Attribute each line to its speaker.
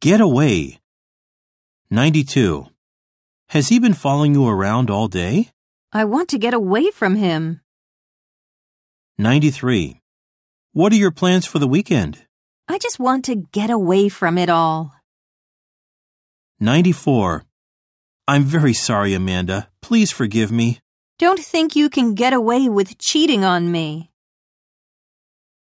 Speaker 1: Get away. 92. Has he been following you around all day?
Speaker 2: I want to get away from him.
Speaker 1: 93. What are your plans for the weekend?
Speaker 2: I just want to get away from it all.
Speaker 1: 94. I'm very sorry, Amanda. Please forgive me.
Speaker 2: Don't think you can get away with cheating on me.